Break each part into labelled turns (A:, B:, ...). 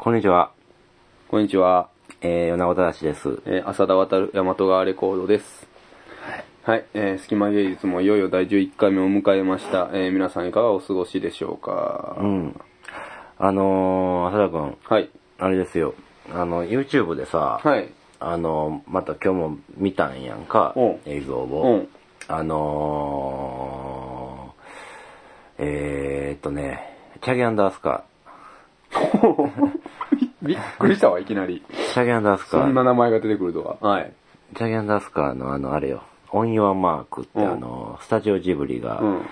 A: こんにちは。
B: こんにちは。
A: えー、米子正です。
B: えー浅田渡る大和川レコードです。はい。えー隙間芸術もいよいよ第11回目を迎えました。えー皆さんいかがお過ごしでしょう
A: う
B: か
A: ん。あのー、浅田くん、
B: はい。
A: あれですよ。あの、YouTube でさ、
B: はい。
A: あのー、また今日も見たんやんか
B: おう、
A: 映像
B: う
A: を。
B: ん。
A: あのー、えーっとね、チャギアンダースカ
B: びっくりしたわ、いきなり。
A: ー。チャギアンダースカ
B: そんな
A: ー。
B: 名前が出てくるとは。はい。
A: チャギアンダースカーのあの、あれよ。オン・ユア・マークって、
B: うん
A: あのー、スタジオジブリ
B: う
A: が
B: ん。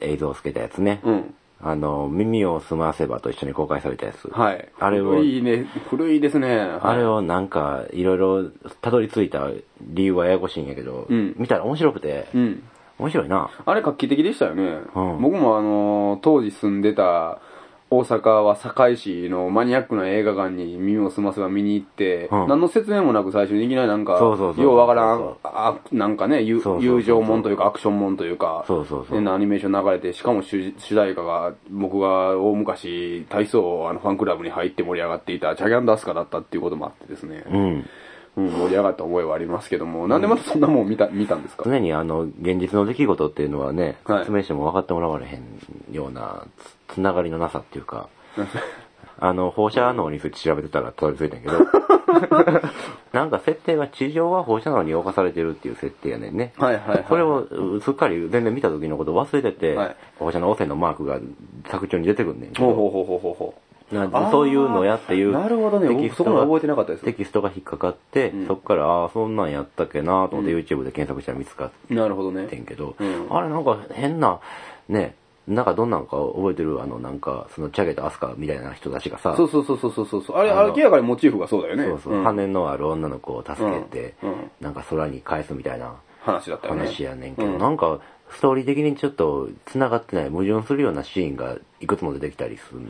A: 映像をつけたやつね。
B: うん。
A: あのー、耳をすませばと一緒に公開されたやつ。
B: はい。
A: あれを
B: 古いね、古いですね。
A: あれ
B: は
A: をなんか、いろいろ、たどり着いた理由はややこしいんやけど、
B: うん
A: 見たら面白くて、
B: い。うん。
A: 面白いな。
B: あれ画期的でしたよね。
A: うん
B: 僕もあのー当時住んでた大阪は堺市のマニアックな映画館に耳を澄ませば見に行って、
A: うん
B: 何の説明もなく最初にいきなりなんか、
A: そうそうそう
B: ようわからん
A: そう、
B: あなんかね、ゆ
A: そうそうそう
B: 友情もんというかアクションもんというか、
A: そうそうそう
B: 変なアニメーション流れて、しかも主主題歌が僕が大昔体操あのファンクラブに入って盛り上がっていたチャギャンダスカだったっていうこともあってですね、
A: うん。
B: うん、盛り上がった覚えはありますけども、なんでまたそんなもん見た見たんですか
A: 常にあの、現実の出来事っていうのはね、
B: はい
A: 説明しても分かってもらわれへんようなつ、つながりのなさっていう か、あの、放射能について調べてたらたどり着いたんやけど、 なんか設定が地上は放射能に侵されてるっていう設定やねんね。
B: はいはいはい。
A: これをうすっかり全然見た時のこと忘れてて、
B: はい
A: 放射能汚染のマークが作中に出てくんねんけど
B: ほうほうほうほうほうほう。
A: なん
B: あー
A: そういうのやっていう
B: なるほどね
A: テキストが
B: 僕そこまで覚えてなかったです
A: テキストが引っかかって、
B: うん
A: そこからああそんなんやったっけなと思って YouTube で検索したら見つかっ
B: なるほどね
A: て。んけど、
B: うん
A: あれなんか変なねなんかどんなんか覚えてるあのなんかそのチャゲとアスカみたいな人たちがさ
B: そうそうそうそうそうそうそう。あれ、
A: あの
B: 明らかにモチーフがそうだよね。
A: そうそう
B: うん
A: 羽のある女の子を助けて、
B: うんうん
A: なんか空に返すみたいな
B: 話だったよね。
A: 話やねんけど、
B: うん
A: なんかストーリー的にちょっと繋がってない矛盾するようなシーンがいくつも出てきたりする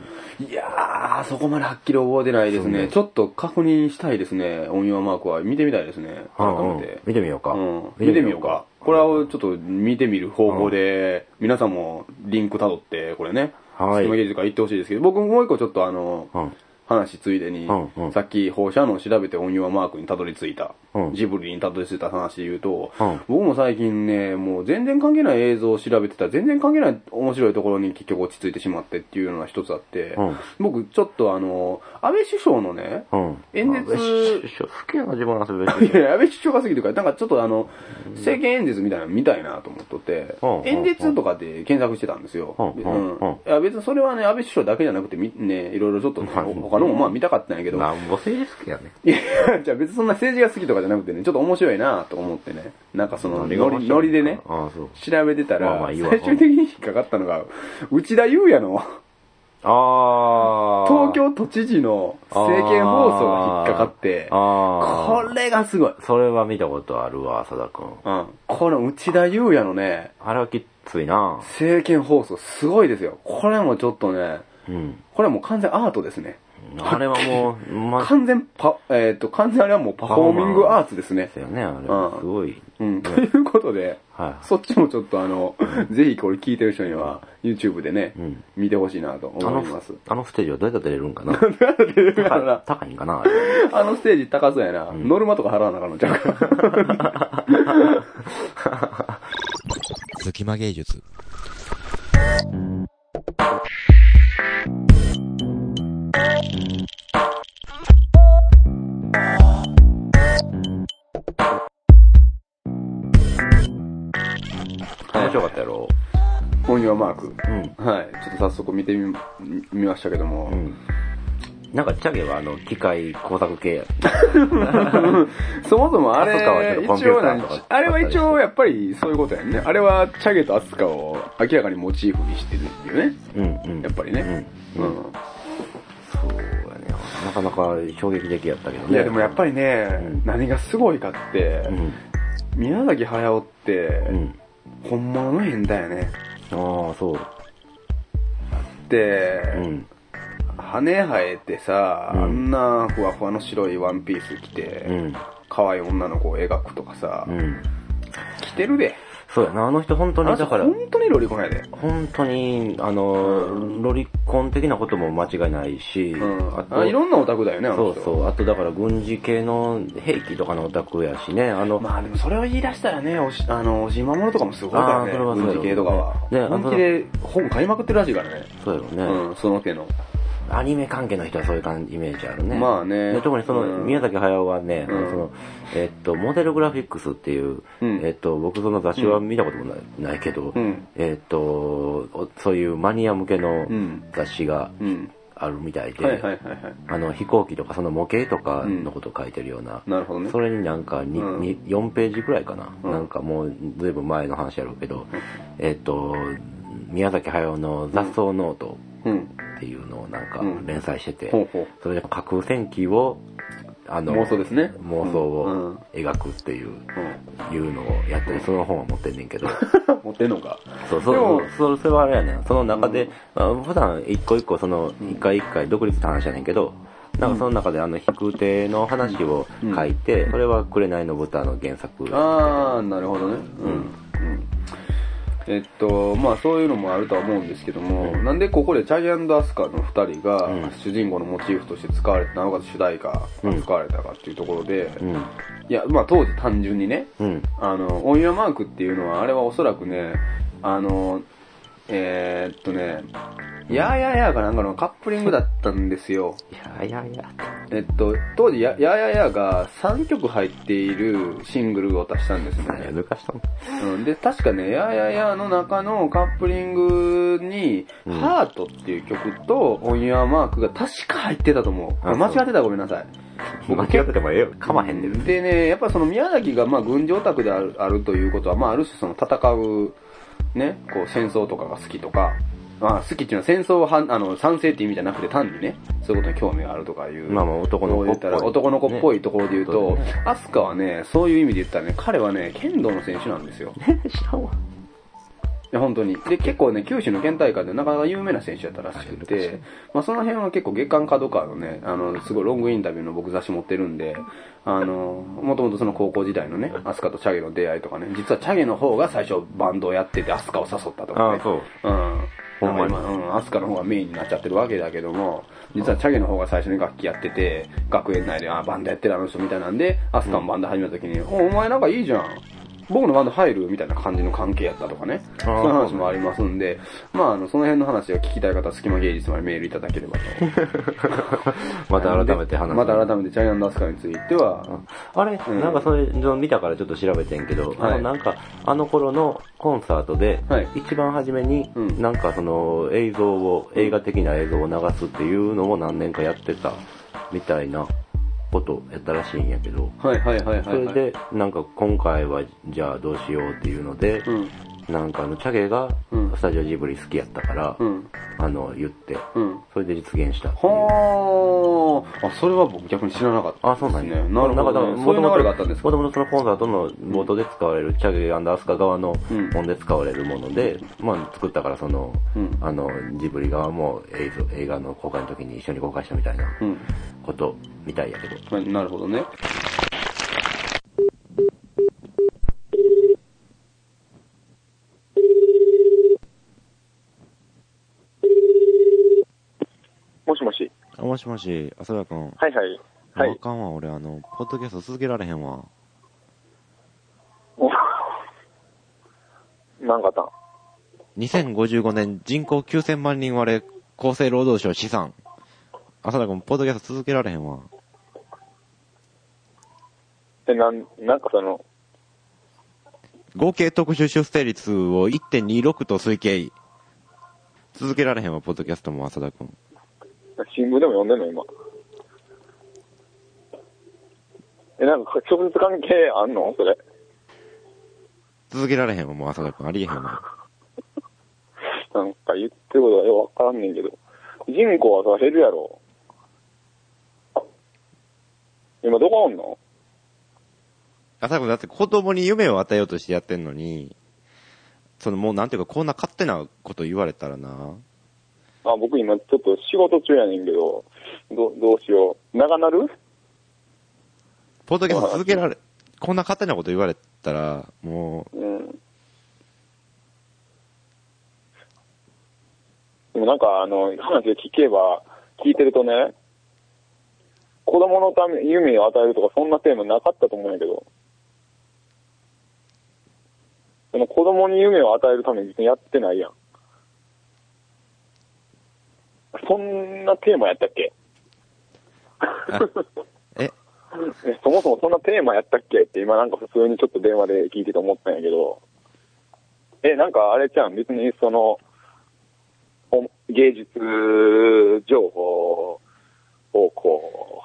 B: いやー、そこまではっきり覚えてないです
A: そうね
B: ね。ちょっと確認したいですね。音用マークは。見てみたいですね。改
A: うん
B: め
A: うん
B: て。
A: 見てみようか、
B: うん見てみようか。これをちょっと見てみる方向で、皆さんもリンク辿って、これね、
A: はい
B: 隙間芸術から行ってほしいですけど、僕もう一個ちょっとあの、
A: うん
B: 話ついでに、
A: うんうん
B: さっき放射能を調べて音はマークにたどり着いた、
A: うん
B: ジブリにたどり着いた話で言うと、
A: うん
B: 僕も最近ね、もう全然関係ない映像を調べてたら、全然関係ない面白いところに結局落ち着いてしまってっていうのが一つあって、
A: うん
B: 僕ちょっとあの、安倍首相のね、
A: うん。
B: 演説
A: まあ別にし好きやな、自分の遊び
B: いや安倍首相が過ぎてるから、なんかちょっとあの、政権演説みたいなの見たいなと思っとって
A: うん、
B: 演説とかで検索してたんですよ。
A: うんうんうん
B: いや別にそれはね、安倍首相だけじゃなくて、みね、いろいろちょっと、他のもまあ見たかったんやけど、
A: なんぼ政治好きやね。
B: いや、 じゃあ別にそんな政治が好きとかじゃなくてね、ちょっと面白いなと思ってね、なんかそのノ
A: 何が面白い
B: リノリでね、
A: ああ、そう。
B: 調べてた
A: まあま
B: ら
A: あい、いわ
B: 最終的に引っかかったのが、内田裕也の
A: ああ。
B: 東京都知事の政見放送が引っかかって、
A: ああ。
B: これがすごい。
A: それは見たことあるわ、佐田くん。
B: うん。この内田裕也のね、
A: あれはきついな。
B: 政見放送すごいですよ。これもちょっとね、
A: うん。
B: これはもう完全アートですね。
A: あれはもう、まあ、
B: 完全パ、えっ、と、完全あれはもうパフォーミングアーツですね。
A: そうよね、あれは。すごい。
B: うん。ということで、
A: は
B: そっちもちょっとあの、ぜひこれ聞いてる人には、YouTube でね、
A: うん
B: 見てほしいなと
A: い。あ
B: 思い
A: の
B: ます。、
A: あのステージはどうやって出れるん かな。
B: だから
A: 高い高いんかな、あれ。
B: あのステージ高そうやな。ノルマとか払わなあかんのちゃうか。
C: 隙間芸術
A: 面白かったやろ。
B: 音量マーク。
A: うん。
B: はい。ちょっと早速見てみ、見ましたけども。
A: うん。なんか、チャゲはあの、機械工作系や。
B: そもそもあれ
A: アスカはちょっ、とコンピ
B: 一
A: ュ
B: 応
A: ーター
B: な
A: と
B: ん
A: か
B: あれは一応やっぱりそういうことやんね。あれはチャゲとアスカを明らかにモチーフにしてるんだよね。
A: うんうん
B: やっ。ぱりね。
A: うん
B: うん
A: そうやね。なかなか衝撃的やったけどね。
B: いやでもやっぱりね、
A: うん
B: 何がすごいかって、
A: うん。
B: 宮崎駿って、
A: うん。
B: 本物の変だよね。
A: ああ、そう。
B: で、
A: うん。
B: 羽生えてさ、
A: うん
B: あんなふわふわの白いワンピース着て、
A: うん。
B: 可愛い女の子を描くとかさ、
A: うん。
B: 着てるで。
A: そうやな、あの人本当に、だから、
B: 本当にロリコンやで。
A: 本当に、あの、ロリコン的なことも間違いないし、
B: うん。
A: あ
B: あ
A: と、
B: いろんなオタクだよね、あ
A: そ
B: の
A: う
B: 人。
A: そう、あとだから軍事系の兵器とかのオタクやしね、あの、
B: まあでもそれを言い出したらね、おし、あの、押し守るとかもすごいから
A: あー
B: ね、
A: それはそう
B: 軍事系とか
A: ねあ
B: は。
A: と
B: 本気で本買いまくってるらしいからね。
A: そうやろね、
B: うん、その手の。
A: アニメ関係の人はそういう感じイメージあるね。
B: まあね
A: で特にその、
B: うん
A: 宮崎駿はね、
B: うん
A: その、えっと、モデルグラフィックスっていう、
B: うん
A: えっと、僕その雑誌は見たこともない,、ないけど、
B: うん。
A: えっと、おそういうマニア向けの
B: うん。
A: 雑誌が
B: うん。
A: あるみたいで、
B: はいはいはいはい。
A: あの、飛行機とかその模型とかのことを書いてるような、
B: なるほどね。
A: それになんかに、
B: うん
A: に4ページくらいかな、
B: うん
A: なんかもうずいぶん前の話やろうけど、えっと、宮崎駿の雑草ノート
B: うん。
A: っていうのをなんか
B: うん
A: 連載してて、
B: ほうほう。
A: それで架空戦記を、あの、
B: 妄想ですね。
A: 妄想
B: うんう
A: を
B: ん
A: 描くっていう、
B: う
A: いうのをやってる、その本は持ってんねんけ ど、
B: ん。 持ってんのか。
A: そう、そ
B: でも
A: う、そそれはあれやねん。その中で
B: うん、
A: まあ普段一個一個、その、一回一回独立した話やねんけど、なんかその中であの、飛空艇の話を書いて、それは紅の豚の原作。
B: ああなるほどねうん、うん、えっとまあそういうのもあるとは思うんですけども、
A: うん
B: なんでここでチャイアントアスカの2人が
A: うん
B: 主人公のモチーフとして使われてなおかつ主題歌が使われたかっていうところで、
A: う
B: い
A: ん。
B: やまあ当時単純にね
A: うん。
B: あのオンマークっていうのはあれはおそらくねあのえーっとねやーやーやーかなんかのカップリングだったんですよ。
A: いやいやいや。
B: えっと、当時や、やーやーやーが3曲入っているシングルを足したんですね。
A: 何を抜かしたの
B: うん、で、確かね、やーやーやーの中のカップリングに、
A: うん
B: ハートっていう曲と、オンユアマークが確か入ってたと思う。
A: あ
B: 間違ってたらごめんなさい。
A: 間違っててもええよ。かまへんでる。
B: でね、やっぱその宮崎が、まあ、軍事オタクであるあるということは、まあ、ある種その戦う、ね、こう、戦争とかが好きとか、まあ、好きっていうのは戦争は、あの、賛成っていう意味じゃなくて、単にね、そういうことに興味があるとかいう。
A: まあまあ男の子っぽい
B: 言ったら男の子っぽいところで言うと、
A: ね
B: アスカはね、そういう意味で言ったらね、彼はね、剣道の選手なんですよ。
A: 知らんわ。
B: いや本当に。で、結構ね、九州の県大会でなかなか有名な選手やったらしくて、まあその辺は結構月刊角川のね、あの、すごいロングインタビューの僕雑誌持ってるんで、あの、もともとその高校時代のね、アスカとチャゲの出会いとかね、実はチャゲの方が最初バンドをやっててアスカを誘ったとか
A: あ
B: ね
A: あ、。そう。
B: うん。
A: ほんまに
B: なんか今、うん、アスカの方がメインになっちゃってるわけだけども、実はチャゲの方が最初に楽器やってて、学園内で、あ、バンドやってるあの人みたいなんで、アスカもバンド始めた時に、おお前なんかいいじゃん。僕のバンド入るみたいな感じの関係やったとかね。
A: あー
B: そういう話もありますんで、まあ、あの、その辺の話を聞きたい方、隙間芸術までメールいただければと。
A: また改めて話。
B: ですまた改めてジャイアントアスカについては、
A: あれ、
B: うん
A: なんかそれ、その見たからちょっと調べてんけど、
B: はい
A: あのなんか、あの頃のコンサートで、
B: はい
A: 一番初めに、
B: うん
A: なんかその映像を、映画的な映像を流すっていうのを何年かやってたみたいなことやったらしいんやけど、
B: はいはいはい
A: そ
B: はい、
A: れ
B: はい。
A: で、なんか今回はじゃあどうしようっていうので、
B: うん、
A: なんかあの、チャゲが
B: うん
A: スタジオジブリ好きやったから、
B: うん、
A: あの、言って、
B: うん。
A: それで実現したっていう。
B: はあ、あ、それは僕逆に知らなかった
A: あ、そうなん
B: で
A: や。
B: すね。なるほど、ね。そういう流れがあったんですか
A: もともとそのコンサートの冒頭で使われる、チャゲアスカ側の
B: うん
A: 本で使われるもので、まあ作ったからその、
B: うん。
A: あの、ジブリ側も映像映画の公開の時に一緒に公開したみたいな
B: うん。
A: ことみたいやけど。
B: まあなるほどね。
D: もしもし。
E: あもしもし、朝倉君。
D: はいはい。 はい
E: あかんわ、俺、あの、ポッドキャスト続けられへんわ。
D: おなんかあったん
E: 2055年、人口9000万人割れ、厚生労働省資産。朝倉君、ポッドキャスト続けられへんわ。
D: え、なん、なんかその、
E: 合計特殊出生率を1.26と推計。続けられへんわ、ポッドキャストも、朝田君。
D: 新聞でも読んでんの今。え、なんか直接関係あんのそれ。
E: 続けられへんわ、もう、朝田君。ありえへんわ。
D: なんか言ってることがよくわからんねんけど。人口はさ、減るやろ。今どこおんの
E: 朝田君、だって子供に夢を与えようとしてやってんのに、その、もう、なんていうか、こんな勝手なこと言われたらな。
D: あ、僕今ちょっと仕事中やねんけど、ど、どうしよう。長なる
E: ポッドキャスト続けられ、こんな勝手なこと言われたら、もう、
D: うん。でもなんか、あの、話を聞けば、聞いてるとね、子供のため、夢を与えるとか、そんなテーマなかったと思うんやけど。その子供に夢を与えるために別にやってないやん。そんなテーマやったっけ
E: あえ
D: えそもそもそんなテーマやったっけって今なんか普通にちょっと電話で聞いてて思ったんやけど、え、なんかあれちゃん、別にその、お芸術情報をこ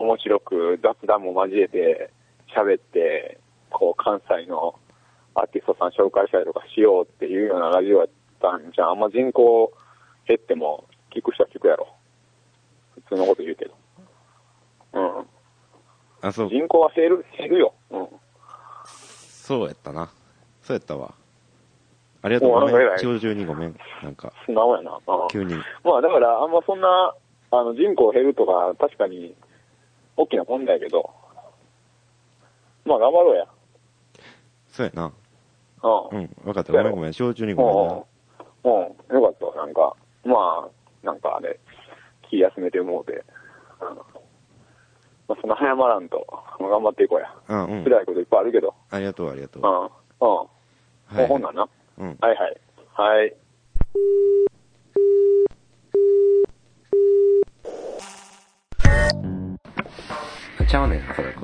D: う、面白く雑談も交えて喋って、こう関西のアーティストさん紹介したりとかしようっていうようなラジオやったんじゃん。あんま人口減っても聞く人は聞くやろ。普通のこと言うけど。うん。
E: あ、そう、
D: 人口は減る、減るよ。うん。
E: そうやったな。そうやったわ。ありがとう、
D: お
E: ご
D: なん
E: め
D: か偉
E: ん。
D: い
E: 今日中にごめん。なんか、
D: 素直やな。うん。
E: 急に。
D: まあだから、あんまそんな、あの、人口減るとか、確かに、大きな問題やけど、まあ頑張ろうや。
E: そうやな。
D: う。
E: うんん、わかった。ごめんごめん。今日中にご
D: うん。うん。よかったわなんか、まあ、なんかあれ、気休めてもうて、うんまあそんな早まらんと、まあ頑張っていこうや。
E: めんな。うん、うん。
D: 辛いこといっぱいあるけど、
E: ありがとう、ありがとう
D: うん。。うん。もう
E: はい
D: ほんな。らな。
E: うん。
D: はいはい。はい。
A: ちゃうねん、浅田君。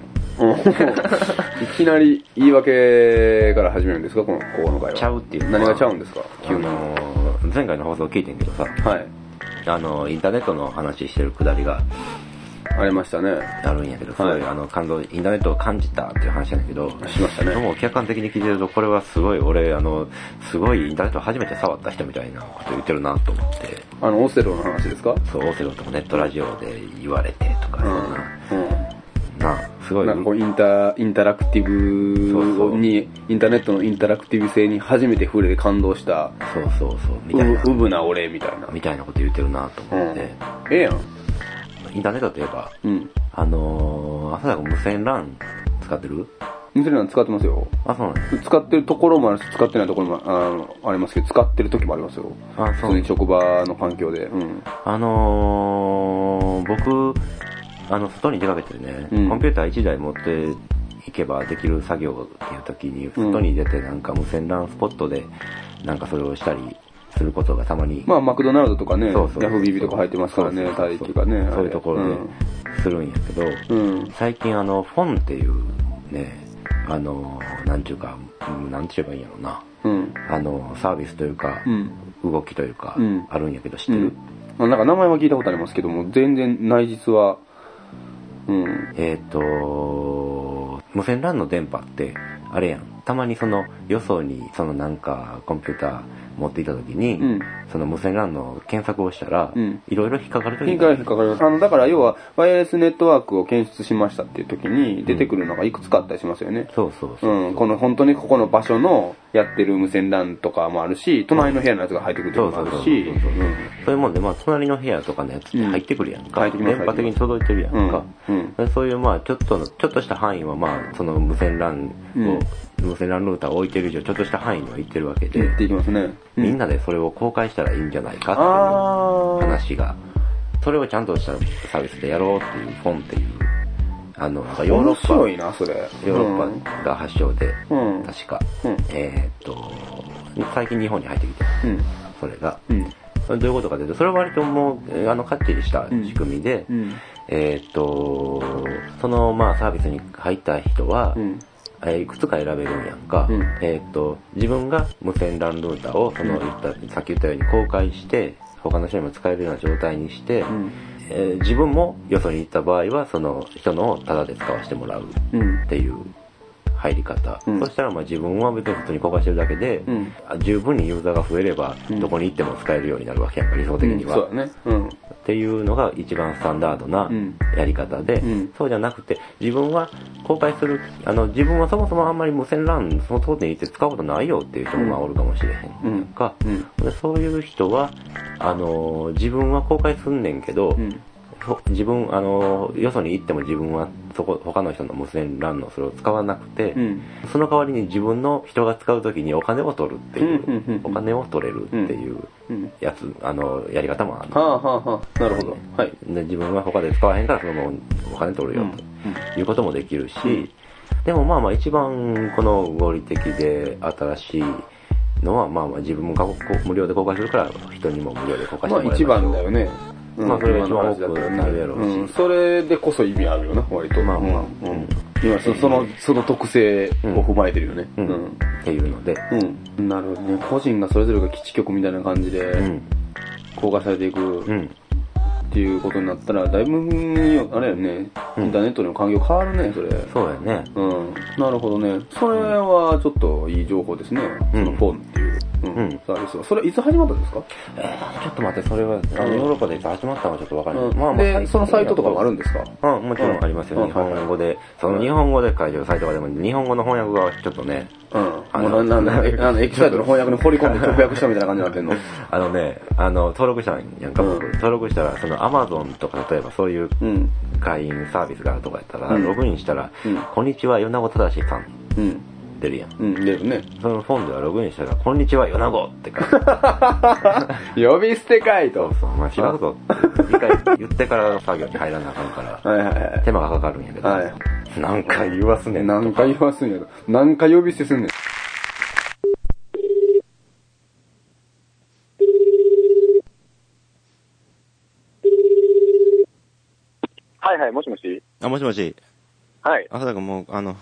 B: いきなり言い訳から始めるんですかこの、この会
A: ちゃ
B: 話。
A: うっていうのは
B: 何がちゃうんですか
A: あ
B: 急に。は
A: のー前回の放送聞いてんけどさ、
B: い。
A: あのーインターネットの話してるくだりが
B: ありましたね。
A: あるんやけど、す
B: はい
A: ごい、あの、感動、インターネットを感じたっていう話なんやけど、
B: しました
A: で
B: ね。
A: も客観的に聞いてると、これはすごい、俺、あの、すごいインターネット初めて触った人みたいなこと言ってるなと思って、
B: あの、オセロの話ですか
A: そう、オセロとかネットラジオで言われてとか、
B: う
A: そ
B: ん。
A: んななあす
B: う
A: ご
B: ん。
A: い、
B: なんかこう、インタ、インタラクティ
A: そうそ
B: ブ
A: う
B: に、インターネットのインタラクティブ性に初めて触れて感動した、
A: そうそうそう、み
B: う
A: たいな、
B: うぶな俺みたいな。
A: みたいなこと言ってるなと
B: うん
A: 思って、。
B: ええやん。
A: インターネットといえば、
B: うん。
A: あのー、浅田君無線 LAN 使ってる
B: ミスレラン使ってますよ。
A: あ、そうなんや
B: 使ってるところもあるし、使ってないところもああのありますけど、使ってる時もありますよ。
A: あ、
B: 普
A: そう
B: 通に職場の環境で。うん。
A: あのー、僕、あの、外に出かけてね、
B: うん
A: コンピューター1台持っていけばできる作業っていう時に、
B: うん
A: 外に出てなんか無線 LAN スポットで、なんかそれをしたりすることがたまに、
B: まあ、マクドナルドとかね、
A: そうそう
B: ヤフビビとか入ってますから
A: そ
B: ね
A: う、そう
B: 大
A: そう
B: 気がね。
A: そういうところ
B: あ
A: で
B: れ
A: するんやけど、
B: うん。うん。
A: 最近あの、フォンっていうね、あのー、なんちゅうか、うんなんちゅうかいいんやろな、
B: うん。
A: あのー、サービスというか
B: う、ん。
A: 動きというか
B: うん、
A: あるんやけど知って
B: う
A: る、
B: ん。まあなんか名前は聞いたことありますけども、全然内実は、うん。
A: えっ、と、無線 LAN の電波って、あれやん。たまにその、よそに、そのなんか、コンピューター持っていた時に、
B: うん。
A: その無線 LAN の検索をしたら
B: うん、
A: いろいろ引っかかると
B: ピ
A: い
B: ン
A: う
B: クが引っかかります。あの、だから要は、ワイヤレスネットワークを検出しましたっていう時に、出てくるのがいくつかあったりしますよね。
A: そうそうそう。
B: うん、この本当にここの場所のやってる無線 LAN とかもあるし、隣の部屋のやつが入ってくるとかもあるし、
A: そうそうそうそういうもんで、まあ、隣の部屋とかのやつって入ってくるやんか。
B: うん入ってきます
A: 電波的に届いてるやん
B: うん
A: か。
B: うん
A: でそういう、まあ、ちょっとの、ちょっとした範囲は、まあ、その無線 LAN を、無線 LAN ルーターを置いてる以上、ちょっとした範囲には行ってるわけで、
B: 言っていきますね。う
A: みんなでそれを公開したらいいんじゃないかっていう。
B: あー
A: 話が、それをちゃんとしたサービスでやろうっていう、フォンっていう、あの、なんかヨーロッ
B: 面
A: パ、
B: 白い
A: ヨ
B: な、それ。ヨ
A: ーロッパが発祥で、
B: うん
A: 確か、
B: うん
A: えーっと、最近日本に入ってきて、
B: うん。
A: それが。
B: うん。
A: どういうことかというと、それは割ともう、えーあの、かっちりした仕組みで、
B: うん。
A: えーっと、その、まあ、サービスに入った人は、
B: うん。
A: えーいくつか選べるんやんか、
B: うん
A: えーっと自分が無線 LAN ルーターをその言った、さっき言ったように公開して他の人にも使えるような状態にして、
B: ん
A: えー自分もよそに行った場合はその人のをタダで使わせてもらうっ
B: うん。
A: ていう入り方、
B: うん
A: そしたらまあ自分は別に普通に公開してるだけで、
B: うん
A: あ十分にユーザーが増えれば
B: ん
A: どこに行っても使えるようになるわけやんか理想的には、
B: そうだね。うん。
A: っていうのが一番スタンダードな
B: うん
A: やり方で、
B: うん
A: そうじゃなくて自分は公開するあの自分はそもそもあんまり無線 LAN その当店に行って使うことないよっていう人もまあ
B: うん
A: おるかもしれへ
B: うんん
A: とか、
B: うん
A: でそういう人はあのー自分は公開すんねんけど、
B: うん。
A: ほ自分あのーよそに行っても自分はそこ他の人の無線 LAN のそれを使わなくて、
B: うん。
A: その代わりに自分の人が使う時にお金を取るっていう、
B: うんうんうんうん
A: お金を取れるっていう
B: うん。
A: やつ、あの、やり方もある
B: は
A: の
B: あはあはあ。なるほど。はい。
A: で自分は他で使わへんから、そのお金取るよ、ということもできるし、でもまあまあ一番この合理的で新しいのは、まあまあ自分もがこ無料で公開するから、人にも無料で公開して
B: まあ
A: もら
B: 一番だ
A: よ。
B: よね。
A: まあそれが一番多く
B: 今の話だと
A: なるやろうし
B: んそれでこそ意味あるよな、割と。
A: まあまあ
B: うんうん今そその、その特性を踏まえてるよね。
A: うんっていうので、
B: うん。うん。なるほどね。個人がそれぞれが基地局みたいな感じ
A: う
B: で、
A: ん、
B: 公開されていく
A: うん、
B: っていうことになったら、だいぶ、あれやね、イ
A: うん
B: ンターネットの環境変わるね、それ。
A: そうやね。
B: うん。なるほどね。それはちょっといい情報ですね。
A: うん
B: そのフォンっていう。うん
A: うん
B: サービスは。それいつ始まったんですか
A: えー、ちょっと待って、それは、あの、ヨーロッパでいつ始まったのかちょっとわからない。
B: うん
A: まあまあ、
B: で、そのサイトとかもあるんですか
A: うん、もちろんありますよ、
B: うん
A: 日本語で。そ
B: うん
A: の日本語で書いてるサイトがでも、日本語の翻訳がちょっとね、
B: うん。あ
A: あ
B: の、
A: の
B: なんだ、あの、エキサイトの翻訳に掘り込 んで直訳したみたいな感じになってんの。
A: あのね、あの、登録したんやんか、僕。
B: うん
A: 登録したら、その Amazon とか、例えばそういう
B: うん。
A: 会員サービスがあるとかやったら、
B: うん
A: ログインしたら、
B: うん
A: こんにちは、米子正さん
B: うん。
A: 出るやん。
B: うん、出るね。
A: そのフォンではログインしたら、こんにちは、米子って 書いてある。
B: 呼び捨てかいと。
A: そうそう、お前知らんぞって、一回言ってから作業に入らなあかんから、
B: はいはいはい。
A: 手間がかかるんやけど、
B: はい
A: 何回言わすねんとか
B: 何回言わすんやろ。何回呼び捨てすんねん。
D: はいはい、もしもし。
E: あ、もしもし。
D: はい。
E: あ、だからもう、あの、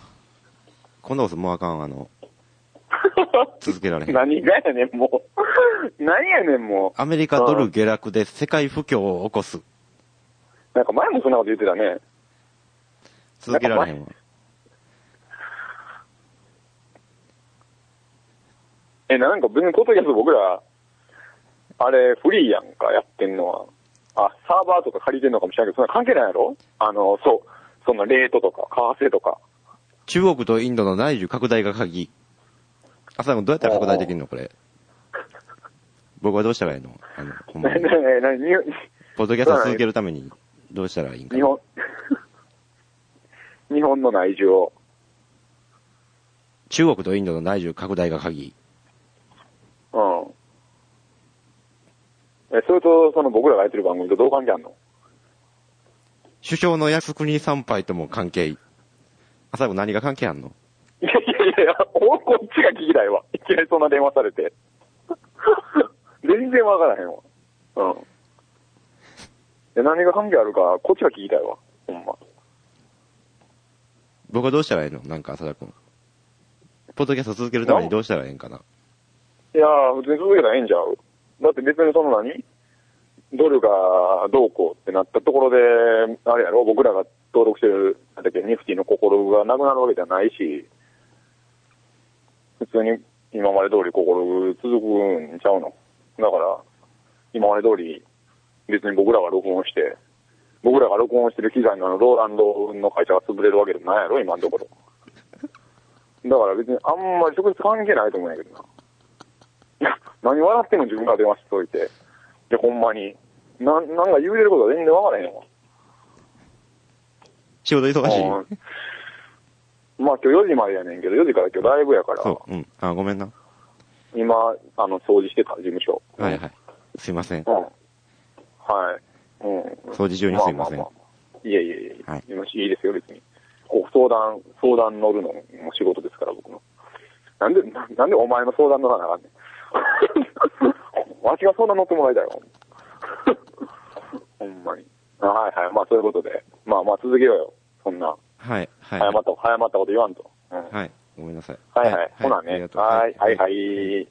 E: 今度こそもうあかん、あの、続けられへん。
D: 何がやねん、もう。 何やねん、もう。
E: アメリカドル下落で世界不況を起こす。
D: なんか前もそんなこと言ってたね。
E: 続けられへんわ。
D: え、なんか別にポッドキャスト僕ら、あれ、フリーやんか、やってんのは。あ、サーバーとか借りてんのかもしれないけど、そんな関係ないやろあの、そう。そんなレートとか、為替とか。
E: 中国とインドの内需拡大が鍵。朝君どうやったら拡大できるのこれ。僕はどうしたらいいのあの、 ほんま
D: な
E: に
D: に。なに
E: ポッドキャストを続けるためにどうしたらいいんか
D: 日
E: な。
D: 本、 日本の内需を。
E: 中国とインドの内需拡大が鍵。
D: うん。え、それと、その僕らがやってる番組とどう関係あんの
E: 首相の靖国参拝とも関係。朝君何が関係あんの
D: いやいやいや、おこっちが聞きたいわ。いきなりそんな電話されて。全然わからへんわ。うん。え、何が関係あるか、こっちが聞きたいわ。ほんま。
E: 僕はどうしたらいいのなんか、浅田君。ポッドキャスト続けるためにどうしたらいいんかな。
D: いやー、別に続けたらええんちゃうだって別にその何ドルがどうこうってなったところで、あれやろ、僕らが登録してる、なんだっけ、ニフティの心がなくなるわけじゃないし、普通に今まで通り心続くんちゃうの。だから、今まで通り別に僕らが録音して、僕らが録音してる機材のあのローランドの会社が潰れるわけでもないやろ、今のところ。だから別にあんまり直接関係ないと思うんやけどな。いや、何笑ってんの自分から電話しといて。で、ほんまに。なん、なんか言うてることが全然わからへんわ。
E: 仕事忙しい。
D: うんまあ今日4時までやねんけど、4時から今日ライブやから、
E: そう、うん。あ、ごめんな。
D: 今、あの、掃除してた、事務所。
E: はいはい。すいません
D: う。ん。はい。うん。
E: 掃除中にすいません
D: あ。ああいえいえいえ、
E: はい
D: よろしいいですよ、別に。こう相談、相談乗るのも仕事ですから、僕の。なんで、ななんでお前の相談乗らなあかんねん。 わしが相談乗ってもらいたいわ。 ほんまに。あはいはい。まあ、そういうことで。まあまあ、続けようよ。そんな、
E: はい、はい。
D: 早まった、早まったこと言わんと。うん。はい
E: はい。ごめんなさい。
D: はい。ほな
E: あり
D: ね
E: が。とう
D: はい、はい、はい。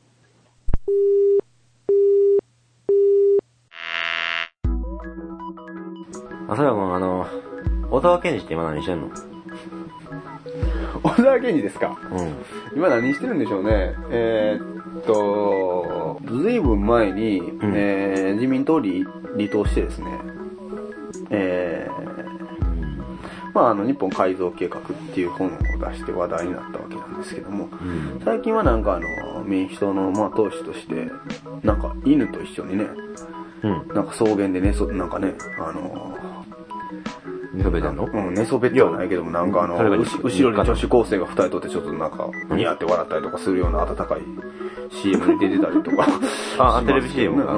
A: あ、そうやもん、あの、小沢健二って今何してんの
B: 小沢健二ですか
A: うん。
B: 今何してるんでしょうね。えーっと、ずいぶん前に、
A: ん
B: えー自民党離離党してですね、えーまああの、日本改造計画っていう本を出して話題になったわけなんですけども、
A: うん。
B: 最近はなんかあの、民主党の、まあ、党首として、なんか犬と一緒にね、
A: うん。
B: なんか草原で寝そ、なんかね、あの
A: 食べてんの
B: うん、寝そべってはないけども、なんかあの、
A: それが
B: うし後ろに女子高生が二人とってちょっとなんか、ニヤって笑ったりとかするような温かい CM に出てたりとか
A: あテレビ CM
B: う
A: か
B: ん、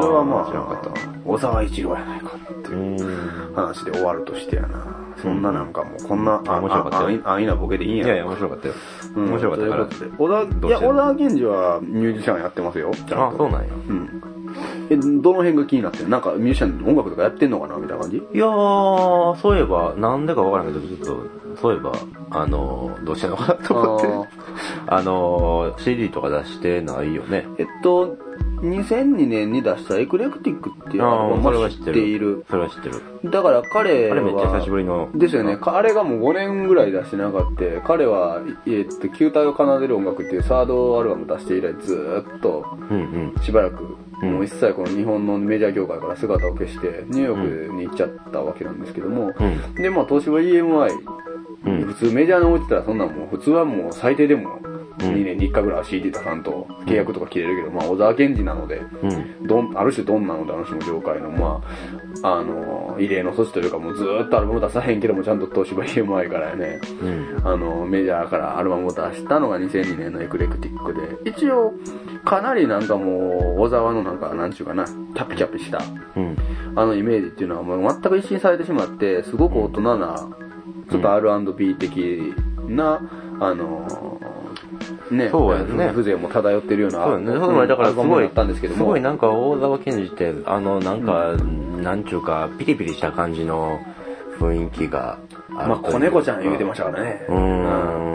B: それはまあ
A: 知らんかった
B: 小沢一郎やないかって
E: う。
B: いうん話で終わるとしてやなそんななんかもうこんな、あ
A: 面白かったよ
B: ああ安易なボケでいいん
A: い
B: や
A: やいや、面白かったよ。
B: うん
A: 面白かったから
B: ということで小田
A: ど
B: いや
A: うしてん
B: 小
A: の
B: 田源氏はミュージシャンやってますよちゃんと
A: あそうなんや。
B: うんえどの辺が気になってるなんかミュージシャンの音楽とかやってんのかなみたいな感じ
A: いやー、そういえば、なんでかわからんけど、ずっと、そういえば、あのー、どうしてんのかなと思って、
B: あー
A: あのー、CD とか出してないよね。
B: えっと、2002年に出したエクレクティックっていうアルバム
A: それ
B: を
A: は
B: 知
A: 知
B: っ
A: ってて
B: い
A: る。
B: る。
A: それは知ってる。
B: だから彼
A: あれめっちゃ久しぶ
B: は、
A: りの。
B: ですよね。あれがもう5年ぐらい出してなかった。彼は、えっと、球体を奏でる音楽っていうサードアルバム出して以来ずーっと
A: うんうん。
B: しばらく、
A: うん
B: もう一切この日本のメジャー業界から姿を消して、ニューヨークに行っちゃったわけなんですけども、
A: うん。
B: で、まあ東芝 EMI、
A: うん
B: 普通メジャーに落ちたらそんなんもう普通はもう最低でも
A: うん
B: 2年に1回ぐらいは CD 出さんと契約とか切れるけど、まあ小沢健二なので、
A: うん。
B: どんある種どんなのであの人の業界の、まあ、あの、異例の措置というかもうずーっとアルバム出さへんけども、ちゃんと東芝 EMI からやね、
A: うん。
B: あの、メジャーからアルバムを出したのが2002年のエクレクティックで、一応、かなりなんかもう、小沢のなんか、なんちゅうかな、キャピキャピした、
A: うん。
B: あのイメージっていうのはもう全く一新されてしまって、すごく大人な、ちょっと R&B 的な、あのー、ね、
A: そうやね
B: 風情も漂ってるような、
A: そうだね。そうだねだからす
B: アルバム
A: ご
B: に
A: い、
B: なったんですけども、
A: ごいなんか大沢健二って、あの、なんか、なんちゅうか、ピリピリした感じの雰囲気があ
B: ま
A: るとい
B: あ、
A: うか。
B: 子猫ちゃん言うてましたからね。
A: うー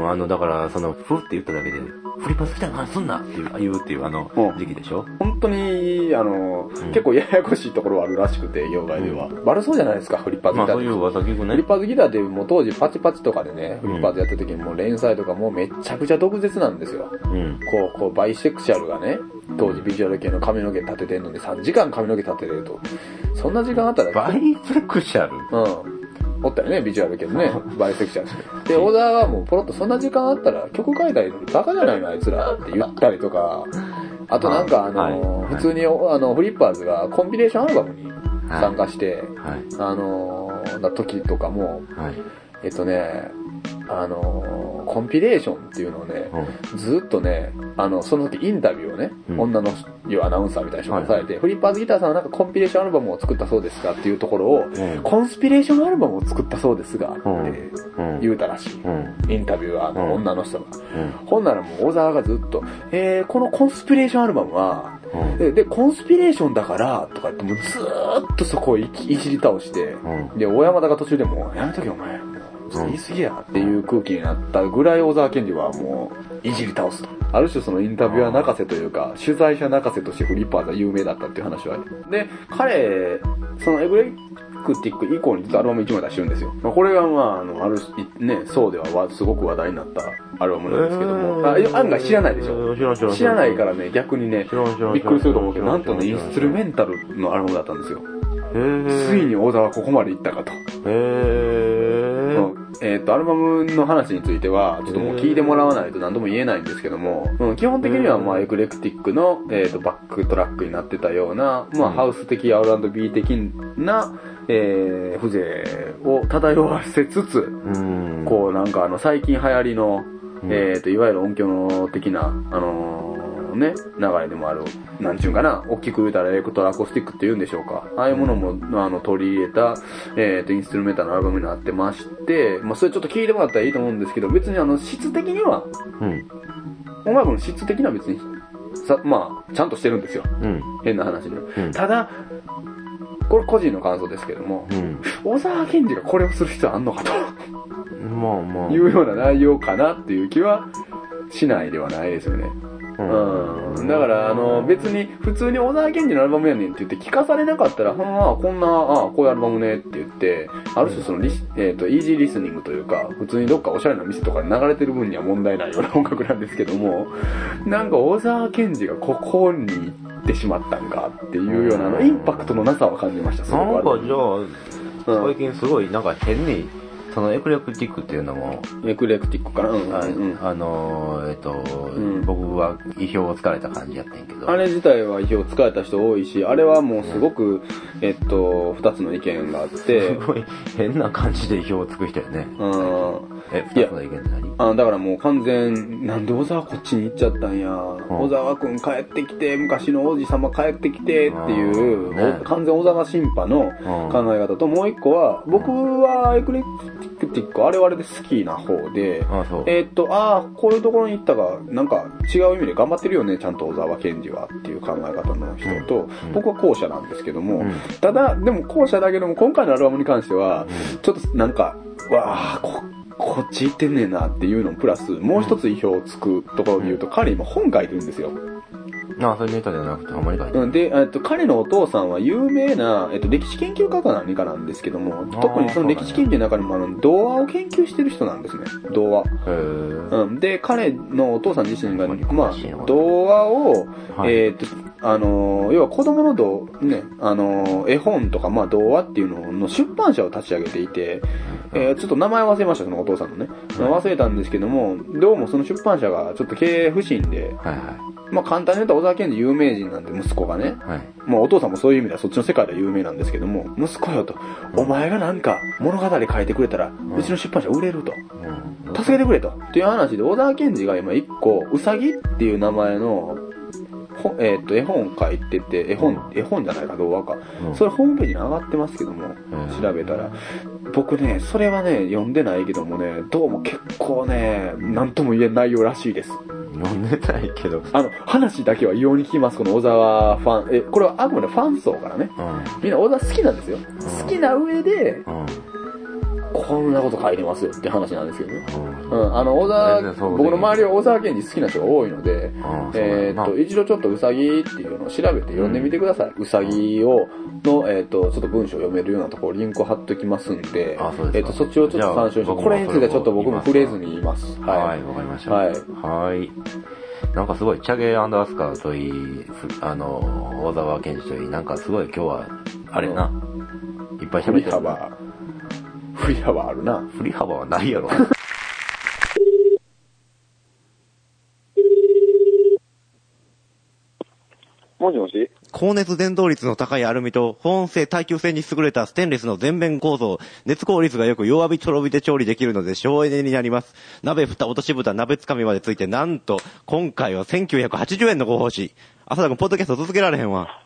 A: ん、あの、だから、その、ふって言っただけで、フリパス来たな、すんなっていう言うっていう、あの
B: う、ん
A: 時期でしょ
B: 本当に、あの、
A: ん
B: 結構ややこしいところはあるらしくて、業界では。悪そうじゃないですか、フリッパーズ
A: ま
B: ギ
A: あ、
B: ター
A: そ
B: っ
A: う
B: て
A: いう噂聞く
B: フリ
A: ね
B: ッ。パーズギターってもう当時パチパチとかでね、フ
A: うん
B: リッパーズやった時にもう連載とかもうめっちゃくちゃ毒舌なんですよ。
A: うん。
B: こう、こう、バイセクシャルがね、当時ビジュアル系の髪の毛立ててんのに3時間髪の毛立ててると。そんな時間あったら、
A: バイセクシャル
B: うん。おったよね、ビジュアル系の ね、バイセクシャル。で、小沢はもうポロッとそんな時間あったら曲変えたりバカじゃないのあいつらって言ったりとか、あとなんかあの、
A: はい
B: 普通にあの、フリッパーズがコンビネーションアルバムに
A: はい
B: 参加して、
A: はい。
B: あのー、な時とかも、
A: はい。
B: えっとね、あのー、コンピレーションっていうのをね、ずっとね、あの、その時インタビューをね、
A: うん
B: 女の、要はアナウンサーみたいな人がされて、フリッパーズギターさんはなんかコンピレーションアルバムを作ったそうですかっていうところを、
A: うん。
B: コンスピレーションアルバムを作ったそうですが、
A: うん
B: って
A: うん。
B: 言うたらしい。
A: うん。
B: インタビュアーの女の人が。
A: うん。
B: ほんならもう小沢がずっと、えー、このコンスピレーションアルバムは、
A: うん。
B: で、でコンスピレーションだから、とか言って、もうずーっとそこをいきいじり倒して、
A: うん。
B: で、大山田が途中でもう、やめとけお前、もう言い過ぎやっていう空気になったぐらい小沢健二はもう、いじり倒すと。ある種そのインタビュアー泣かせというか、取材者泣かせとしてフリッパーが有名だったっていう話はある。で、彼、そのエグレクティック以降に実はアルバム1枚出してるんですよ。まあ、これがまあ、あの、ある種、ね、そうではわすごく話題になったアルバムなんですけども、あえ案外知らないでしょ。
A: 知らん知らん。。
B: 知らないかららね、逆にね
A: 知、らん知らん。
B: びっくりすると思うけど、なんとね、イ
A: 知ら
B: ン
A: ん
B: ストゥルメンタルのアルバムだったんですよ。つい
A: へ
B: に小沢はここまで行ったかと。
A: え。へえ。
B: えっと、アルバムの話については、ちょっともう聞いてもらわないと何とも言えないんですけども、うん基本的には、まあ、エクレクティックの、えっと、バックトラックになってたような、まあ、
A: うん
B: ハウス的 R&B 的な、えー、風情を漂わせつつ、
A: うん。
B: こう、なんかあの、最近流行りの、
A: うん
B: えっと、いわゆる音響の的な、あのーね、流れでもある、なんちゅうんかな、大きく言うたらエレクトラアコースティックって言うんでしょうか。ああいうものも、あの、取り入れた、えっ、と、インストゥルメンタルのアルバムになってまして、まあ、それちょっと聞いてもらったらいいと思うんですけど、別にあの、質的には、
A: う。うん。
B: 音楽の質的には別に、さ、まあ、ちゃんとしてるんですよ。
A: うん。
B: 変な話で。
A: うん
B: ただ、これ個人の感想ですけども、
A: うん。
B: 小沢健二がこれをする必要あんのかと。
A: まあまあ。
B: いうような内容かなっていう気はしないではないですよね。うん。だから、あの、別に、普通に小沢健二のアルバムやねんって言って聞かされなかったら、ほんま、あこんな、あこういうアルバムねって言って、ある種そのリス、えっ、と、イージーリスニングというか、普通にどっかおしゃれな店とかに流れてる分には問題ないような音楽なんですけども、なんか小沢健二がここに行ってしまったんかっていうような、あの、インパクトのなさは感じました、すご
A: な
B: く
A: ん
B: あれ
A: かじゃあ、
B: うん
A: 最近すごいなんか変にそのエクレクティックっていうのも、
B: エクレクティックかなうん
A: あ
B: うん
A: あのーえっと、
B: ん
A: 僕は意表をつかれた感じやってんけど。
B: あれ自体は意表をつかれた人多いし、あれはもうすごく、えっと、二つの意見があっ
A: す
B: て、
A: ごい変な感じで意表をつく人やね。
B: うん、
A: え、
B: い
A: 二
B: や
A: つの意見って何
B: あだからもう完全、なんで小沢こっちに行っちゃったんや、小沢くん帰ってきて、昔の王子様帰ってきてっていう、
A: うんね
B: お完全小沢審判の
A: うん
B: 考え方と、もう一個は、僕はエクレクティック、あれはあれで好きな方で、
A: あ、そう。
B: えーっと、ああ、こういうところに行ったが、なんか違う意味で頑張ってるよね、ちゃんと小沢健二はっていう考え方の人と、
A: ん
B: 僕は後者なんですけども、
A: うん
B: ただ、でも後者だけども、今回のアルバムに関しては、ちょっとなんか、わあ、こ、こっち行ってんねんなっていうのプラス、もう一つ意表をつくところで言うと、彼今本書いてるんですよ。
A: なあ、それネタじゃなくて、ほんまに書いて
B: う
A: る。
B: んで、えっと、彼のお父さんは有名な、えっと、歴史研究家か何かなんですけども、
A: あー
B: 特にその歴史研究の中にも、あの、童話を研究してる人なんですね。童話。
A: へー
B: うん、で彼のお父さん自身が、
A: ほんまに
B: ま
A: 詳しいな
B: あ、童話を、
A: はい
B: えーっとあのー要は子供の童、ねあのー絵本とか、まあ、童話っていうのの出版社を立ち上げていて、えーちょっと名前忘れましたそのお父さんのね、忘れたんですけどもどうもその出版社がちょっと経営不振で、
A: はい
B: まあ、簡単に言うと小沢健二有名人なんで息子がね、
A: はい。はい。
B: まあ、お父さんもそういう意味ではそっちの世界では有名なんですけども息子よと、お前がなんか物語書いてくれたら、うちの出版社売れると。
A: うん
B: 助けてくれと。っていう話で、小沢健二が今一個、うさぎっていう名前の、ほえーっと、絵本書いてて、絵本、絵本じゃないか、動画か。
A: うん
B: それホームページに上がってますけども、
A: うん
B: 調べたら。僕ね、それはね、読んでないけどもね、どうも結構ね、なんとも言えないようらしいです。
A: 飲んでないけど。
B: あの、話だけは異様に聞きます、この小沢ファン。え、これはあくまでファン層からね。
A: うん。
B: みんな小沢好きなんですよ。好きな上で、
A: うん。
B: こんなこと書いてますよって話なんですけどね。
A: うん。
B: うん、あの、小
A: 全
B: 沢
A: 然、そう
B: 僕の周りは小沢健二好きな人が多いので、
A: うんそうだ
B: え
A: よ
B: ー
A: な
B: っと、一度ちょっとうさぎっていうのを調べて読んでみてください。うさぎを、の、えーっと、ちょっと文章を読めるようなところ、リンクを貼っときますんで、
A: あそうですか
B: えーっと、そっちをちょっと参照
A: じゃあ
B: して、これについてはちょっと僕も触れずに言います。
A: は、
B: はい
A: わかりました。
B: はい
A: はい。なんかすごい、チャゲアンダースカーといい、すあの、小沢健二といい、なんかすごい今日は、あれな、いっぱい
B: い。振
A: 喋っ
B: り
A: てる。
B: 幅、振り幅あるな。
A: 振り幅はないやろ。
D: もしもし
E: 高熱伝導率の高いアルミと、保温性耐久性に優れたステンレスの全面構造、熱効率が良く弱火とろ火で調理できるので省エネになります。鍋蓋、落とし蓋、鍋つかみまでついて、なんと、今回は1980円のご奉仕。浅田君、ポッドキャスト続けられへんわ。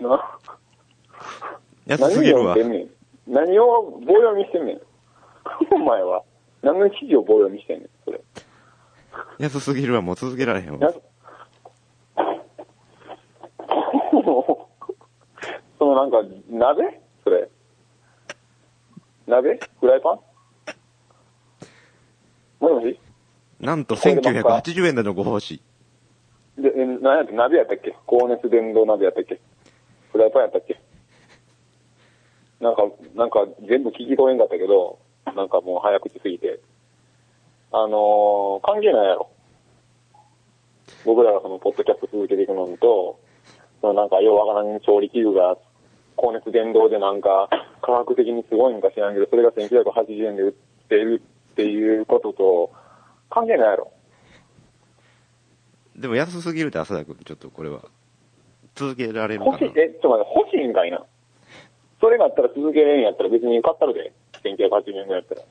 D: な
E: 安
D: 何
E: す
D: を
E: ぎるわ
D: 読ん。でんねん。何を棒読みしてんねん。 お前は。何の記事を棒読みしてんねん、それ。
E: 安すぎるわ、もう続けられへん
D: や
E: わ。
D: すそのなんか、 鍋それ。鍋フライパンもしもし
E: なんと、1980円でのご奉仕。
D: で、え、何やった鍋やったっけ高熱伝導鍋やったっけフライパンやったっけなんか、なんか全部聞き取れんかったけど、なんかもう早口すぎて。あのー、関係ないやろ。僕らがその、ポッドキャスト続けていくのと、そのなんか、ようわからん調理器具が、高熱伝導でなんか、科学的にすごいんか知らんけど、それが1980円で売ってるっていうことと、関係ないやろ。
E: でも安すぎるって浅田君、ちょっとこれは。続けられるか
D: 欲しい
E: な、。
D: え、ちょっと待って、欲しいんかいな。それがあったら続けれんやったら別に買ったるで。1980年ぐらいやったら。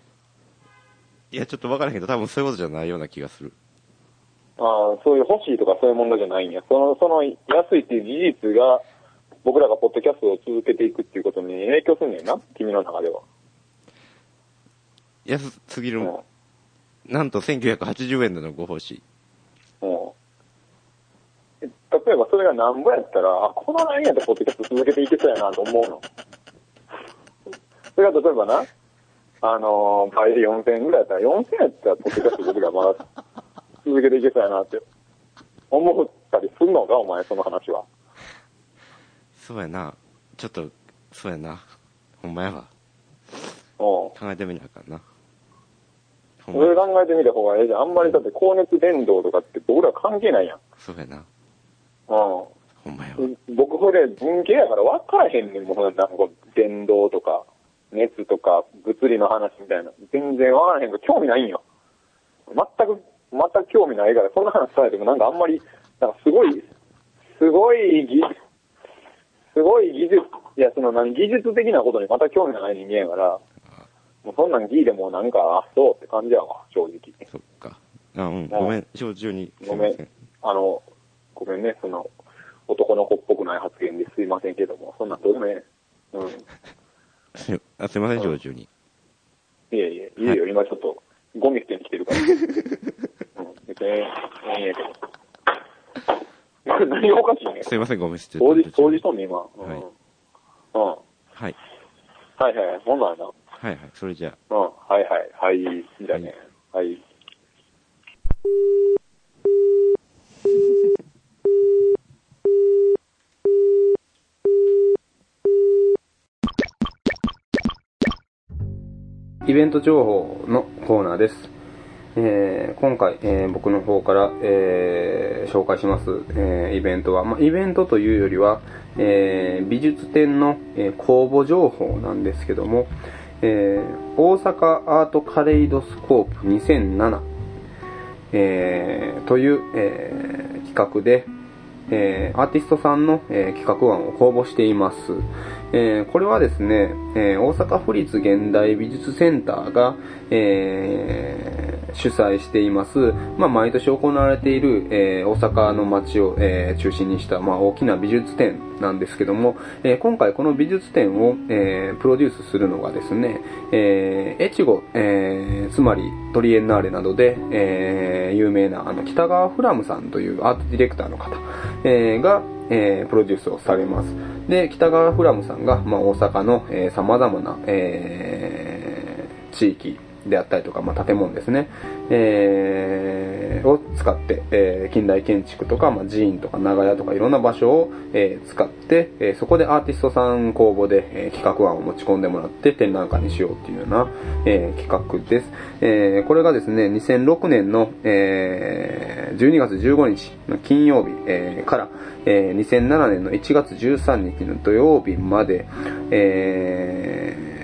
E: いや、ちょっとわからへんけど、多分そういうことじゃないような気がする。
D: ああ、そういう欲しいとかそういう問題じゃないんや。その、その安いっていう事実が、僕らがポッドキャストを続けていくっていうことに影響すんねんな。君の中では。
E: 安すぎ
D: う
E: る
D: ん。
E: もん。なんと1980円でのご奉仕。
D: うん。え例えばそれがなんぼやったら、あ、このラインやったらポッドキャスト続けていけそうやなと思うの。それが例えばな、あのー、倍で4000円ぐらいやったら、4000円やったらポッドキャスト僕らまだ続けていけそうやなって思ったりすんのか、お前その話は。
E: そうやな。ちょっと、そうやな。ほんまやわ。
D: うん。
E: 考えてみなあかんな。ほん
D: それ
E: ま
D: 考えてみた方がええじゃん。あんまりだって高熱伝導とかって僕ら関係ないやん。
E: そうやな。
D: う
E: ほんまや。
D: ん。僕、それ、文系やから分からへんねん、もう、なんか、電動とか、熱とか、物理の話みたいな。全然分からへんけど、興味ないんよ。全く、全く興味ないから、そんな話されても、なんかあんまり、なんかすごい、すごい技、すごい技術、いや、その何、技術的なことにまた興味がない人間やから、もうそんなん聞いてもなんか、あ、そうって感じやわ、正直。
E: そっか。あ、うん。ごめん。仕事中に。
D: ごめ
E: すいま
D: ん、あの、ごめんね、その、男の子っぽくない発言ですいませんけども、そんなんどうでもええ。うん。
E: せん。すあすいません、仕事中に。
D: いえいえ、いえよ、今ちょっと、ゴミ捨てに来て るから。うん、別に、ええんやけど。 何がおかしいねん
E: すいません、ごめん。掃
D: 掃除、掃除しとんねん、今。うん。
E: は
D: う
E: い
D: ん。は
E: はい。
D: いはい、そんなんやな。
E: はいはい。それじゃ
D: うん、はいはい、はい、じゃあね。はい。
B: イベント情報のコーナーです。えー今回、えー僕の方から、えー紹介します、えーイベントは、まあ、イベントというよりは、えー美術展の、えー公募情報なんですけども、えー大阪アートカレイドスコープ2007、えーという、えー企画で、えーアーティストさんの、えー企画案を公募しています。えーこれはですね、えー大阪府立現代美術センターが、えー主催しています、まあ、毎年行われている、えー大阪の街を、えー中心にした、まあ、大きな美術展なんですけども、えー今回この美術展を、えープロデュースするのがですね、えー越後、えーつまりトリエンナーレなどで、えー有名なあの北川フラムさんというアートディレクターの方、えーが、えープロデュースをされます。で、北川フラムさんが、まあ、大阪の、えー、様々な、えー地域であったりとか、まあ、建物ですね、えーを使って、えー近代建築とか、まあ、寺院とか長屋とかいろんな場所を、えー使って、えーそこでアーティストさん公募で、えー企画案を持ち込んでもらって展覧会にしようっていうような、えー企画です、えーこれがですね、2006年の、えー12月15日の金曜日、えーから、えー2007年の1月13日の土曜日まで、えー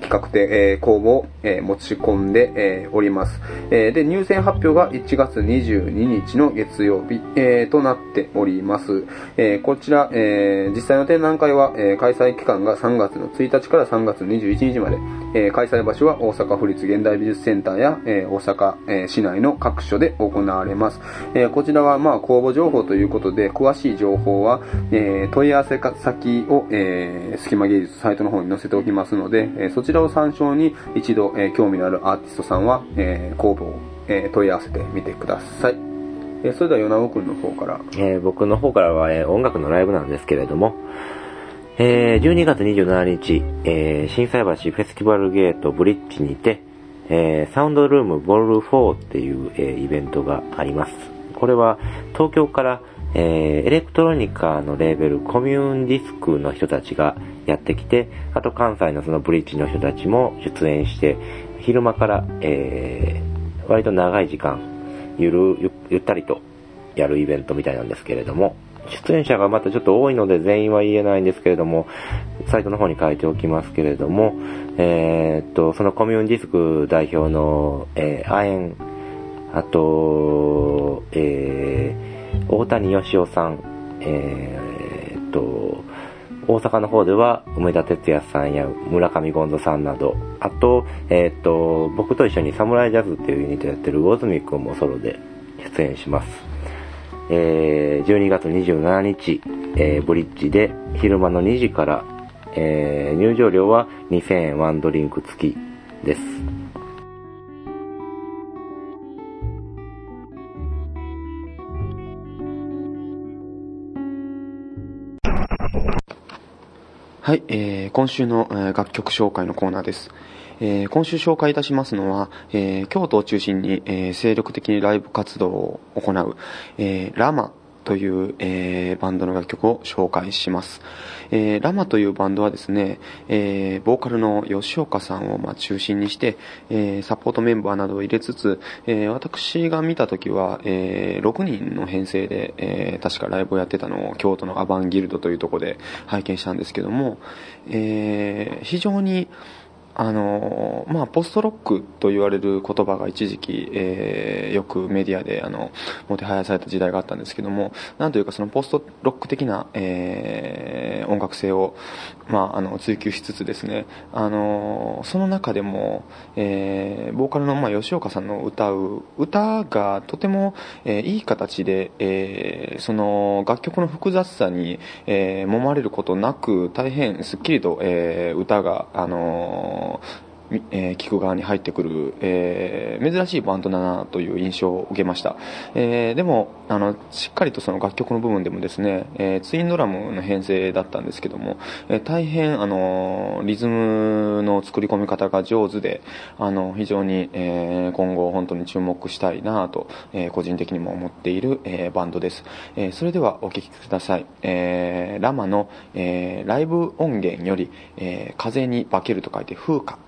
B: 企画展、えー公募を、えー持ち込んで、えーおります、えーで、入選発表が1月22日の月曜日、えーとなっております。えーこちら、えー実際の展覧会は、えー開催期間が3月の1日から3月21日まで、えー開催場所は大阪府立現代美術センターや、えー大阪、えー市内の各所で行われます。えーこちらは、まあ、公募情報ということで、詳しい情報は、えー問い合わせ先を、えー、隙間芸術サイトの方に載せておきますので、えーそちらを参照に一度、えー興味のあるアーティストさんは、えー公募を、えー問い合わせてみてください。えーそれでは、米子くんの方から。
A: えー僕の方からは、えー音楽のライブなんですけれども、えー12月27日、えー、震災橋フェスティバルゲートブリッジにて、えーサウンドルームボル4っていう、えーイベントがあります。これは東京から、えーエレクトロニカのレーベルコミューンディスクの人たちがやってきて、あと関西のそのブリッジの人たちも出演して、昼間から、えー割と長い時間、ゆる、ゆゆったりとやるイベントみたいなんですけれども、出演者がまたちょっと多いので全員は言えないんですけれども、サイトの方に書いておきますけれども、えーっと、そのコミューンディスク代表の、えー、アエン、あと、えー、大谷義夫さん、えーっと、大阪の方では梅田哲也さんや村上ゴンゾさんなど、あと、えーっと、僕と一緒にサムライジャズっていうユニットやってる魚住くんもソロで出演します。えー12月27日、えーブリッジで昼間の2時から、えー入場料は2000円ワンドリンク付きです。
B: はい、えー今週の、えー楽曲紹介のコーナーです。えー今週紹介いたしますのは、えー京都を中心に、えー精力的にライブ活動を行う、えーラマという、えーバンドの楽曲を紹介します。えーラマというバンドはですね、えーボーカルの吉岡さんをまあ中心にして、えーサポートメンバーなどを入れつつ、えー私が見た時は、えー6人の編成で、えー確かライブをやってたのを京都のアバンギルドというところで拝見したんですけども、えー非常に、あのまあ、ポストロックと言われる言葉が一時期、えーよくメディアであのもてはやされた時代があったんですけどもなんというかそのポストロック的な、えー音楽性を、まあ、あの追求しつつですね、あのその中でも、えーボーカルの、まあ、吉岡さんの歌う歌がとても、えーいい形で、えーその楽曲の複雑さに、えー揉まれることなく大変すっきりと、えー歌が、あのーみえー聞く側に入ってくる、えー珍しいバンドだなという印象を受けました、えーでもあのしっかりとその楽曲の部分でもですね、えーツインドラムの編成だったんですけども、えー大変、あのーリズムの作り込み方が上手で、あの非常に、えー今後本当に注目したいなと、えー個人的にも思っている、えーバンドです、えーそれではお聴きください、えーラマの、えーライブ音源より、えー風に化けると書いて風化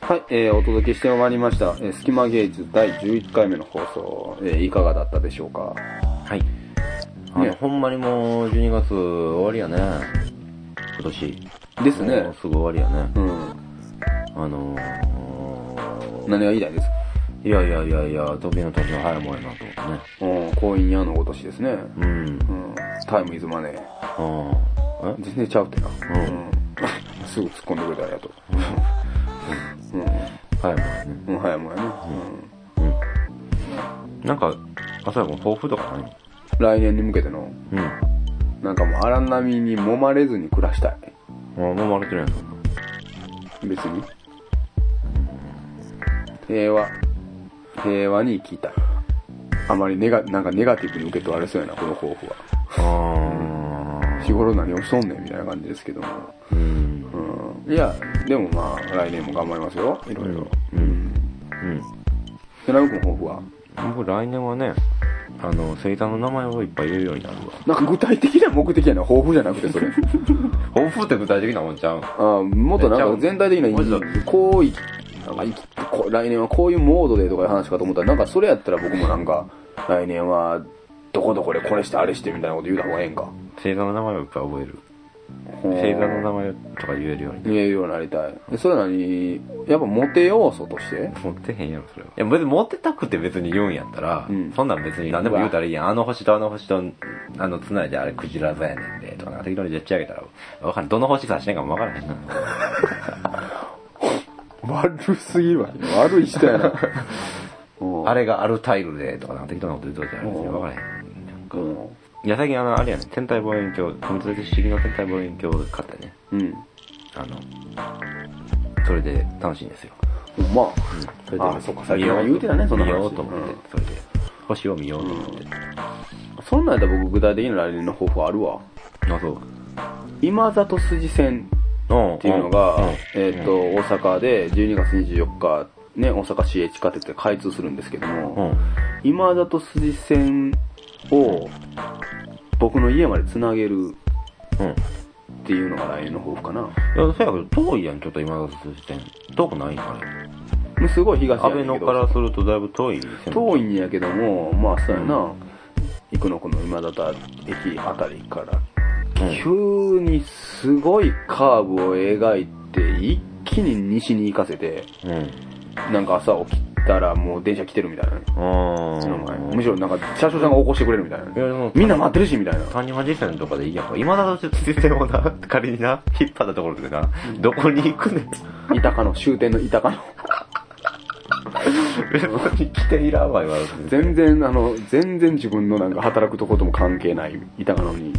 B: はい、えーお届けしてまいりました、えー、スキマ芸術第11回目の放送、えーいかがだったでしょうか
A: はい。あの、
B: ね
A: ほんまにもう、12月終わりやね。今年。
B: ですね
A: もうすぐ終わりやね。
B: うん。
A: あのー、
B: 何が言いたいです
A: いやいやいやいや、飛びの時は早いもんやなと思ってね。
B: うん、婚姻に合うのごとしですね。
A: うん。
B: うん。タイムイズマネー。
A: ああ。え
B: 全然ちゃうってな。
A: うん
B: うん。 すぐ突っ込んでくれてありがとう。
A: 早いもんやね。
B: うん。うん、早いもんやね。うん。
A: なんか、あ、そうやもん、抱負とかない
B: 来年に向けての、
A: うん。
B: なんかもう荒波に揉まれずに暮らしたい。
A: あ、もう丸れてるやん、そんな
B: 別に。平和。平和に生きたい。あまりネガ、なんかネガティブに受け取られそうやな、この抱負は。
A: あ
B: 日頃何をしとんねんみたいな感じですけども。
A: ー。うん。
B: うん。いや、でもまあ、来年も頑張りますよ。いろいろ。
A: うん。
B: 寺尾君抱負は
A: うん。僕、来年はね、あの、生誕の名前をいっぱい言うようになるわ。
B: なんか具体的な目的やな、抱負じゃなくて、それ。
A: 抱負って具体的なもんちゃうん
B: あーもっとなんか全体的な意
A: もう
B: 味、こう生き、なんか生きこ来年はこういうモードでとかいう話かと思ったら、なんかそれやったら僕もなんか、来年は、どこどこでこれしてあれしてみたいなこと言うた方がええんか。
A: 星座の名前をいっぱい覚える。星座の名前とか言えるようになる。
B: 言えるようになりたい。でそれなに、やっぱモテ要素として
A: 持ってへんやろ、それは。いや、別に持ってたくて別に言うんやったら、
B: うん
A: そんなん別に何でも言うたらいいやん。あの星とあの星と、あの、つないであれクジラ座やねんで、とかなんか適当にジャッジ上げたら、わかんない。どの星さしてんかもわからへんな。
B: 悪すぎるわ。悪い人 やな。
A: あれがあるタイルで、とかなんか適当なこと言うとじゃあれ別にわからへん。なんか
B: うん。
A: いや、最近あの、あれやね、天体望遠鏡、コンピューター式の天体望遠鏡を買ってね、
B: うん。
A: あの、それで楽しいんですよ。
B: ほんま。
A: それで
B: あ、そっか、最
A: 見
B: 近
A: よ
B: 言うてたね、そんな
A: 見
B: 話。
A: ようと思っ
B: う
A: て
B: ん、
A: それで。星を見ようと思って。
B: そんなんやったら僕具体的な来年の抱負あるわ。
A: あ、そう。
B: 今里筋線
A: うん。っ
B: っていうのが、えーっ、と、
A: うん
B: 大阪で12月24日、ね、大阪市営地下鉄で開通するんですけども、
A: うん。
B: 今里筋線を僕の家までつなげる
A: うん。
B: っていうのが来年の抱負かな。
A: いや、そうやけど、遠いやん、ちょっと今だとして遠くないんあれ。
B: もうすごい東
A: 安
B: やね
A: 倍
B: んけ
A: 野
B: ど
A: からするとだいぶ遠い。
B: 遠
A: い。
B: いんやけども、まあそうやな、幾野区の今里駅あたりから、急にすごいカーブを描いて、一気に西に行かせて、
A: うん。
B: なんか朝起きたらもう電車来てるみたいなね。
A: あ
B: その前
A: ー。
B: むしろなんか車掌さんが起こしてくれるみたいな、
A: いや、でも、
B: みんな待ってるしみたいな
A: 谷間地線とかでいいやんか。今だとして、ついてもな、仮にな、引っ張ったところでな、どこに行くねん。
B: 板鹿の終点の板鹿の
A: 別に来ていらんわ、今だと。
B: 全然あの全然自分のなんか働くとことも関係ない板鹿のに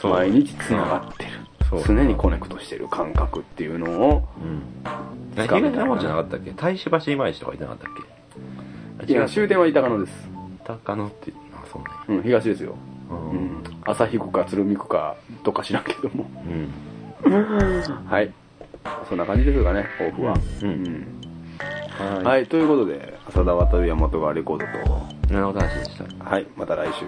A: そう
B: 毎日つながってる
A: そう
B: 常にコネクトしてる感覚っていうのを
A: うん。なんか、東山じゃなかったっけ大志橋今市とか行ってなかったっ
B: い
A: け
B: や
A: 違う、
B: 終点は板鹿のです、
A: 高野って、あ、そうね。
B: うん、東ですよ、
A: う。
B: うんん、旭区か鶴見区かどっか知らんけども
A: うん。
B: はいそんな感じですかね抱負は
A: うん
B: んはい、
A: い。
B: ということで浅田渡る大和川レコードと
A: なるほど、話でした。
B: はいまた来週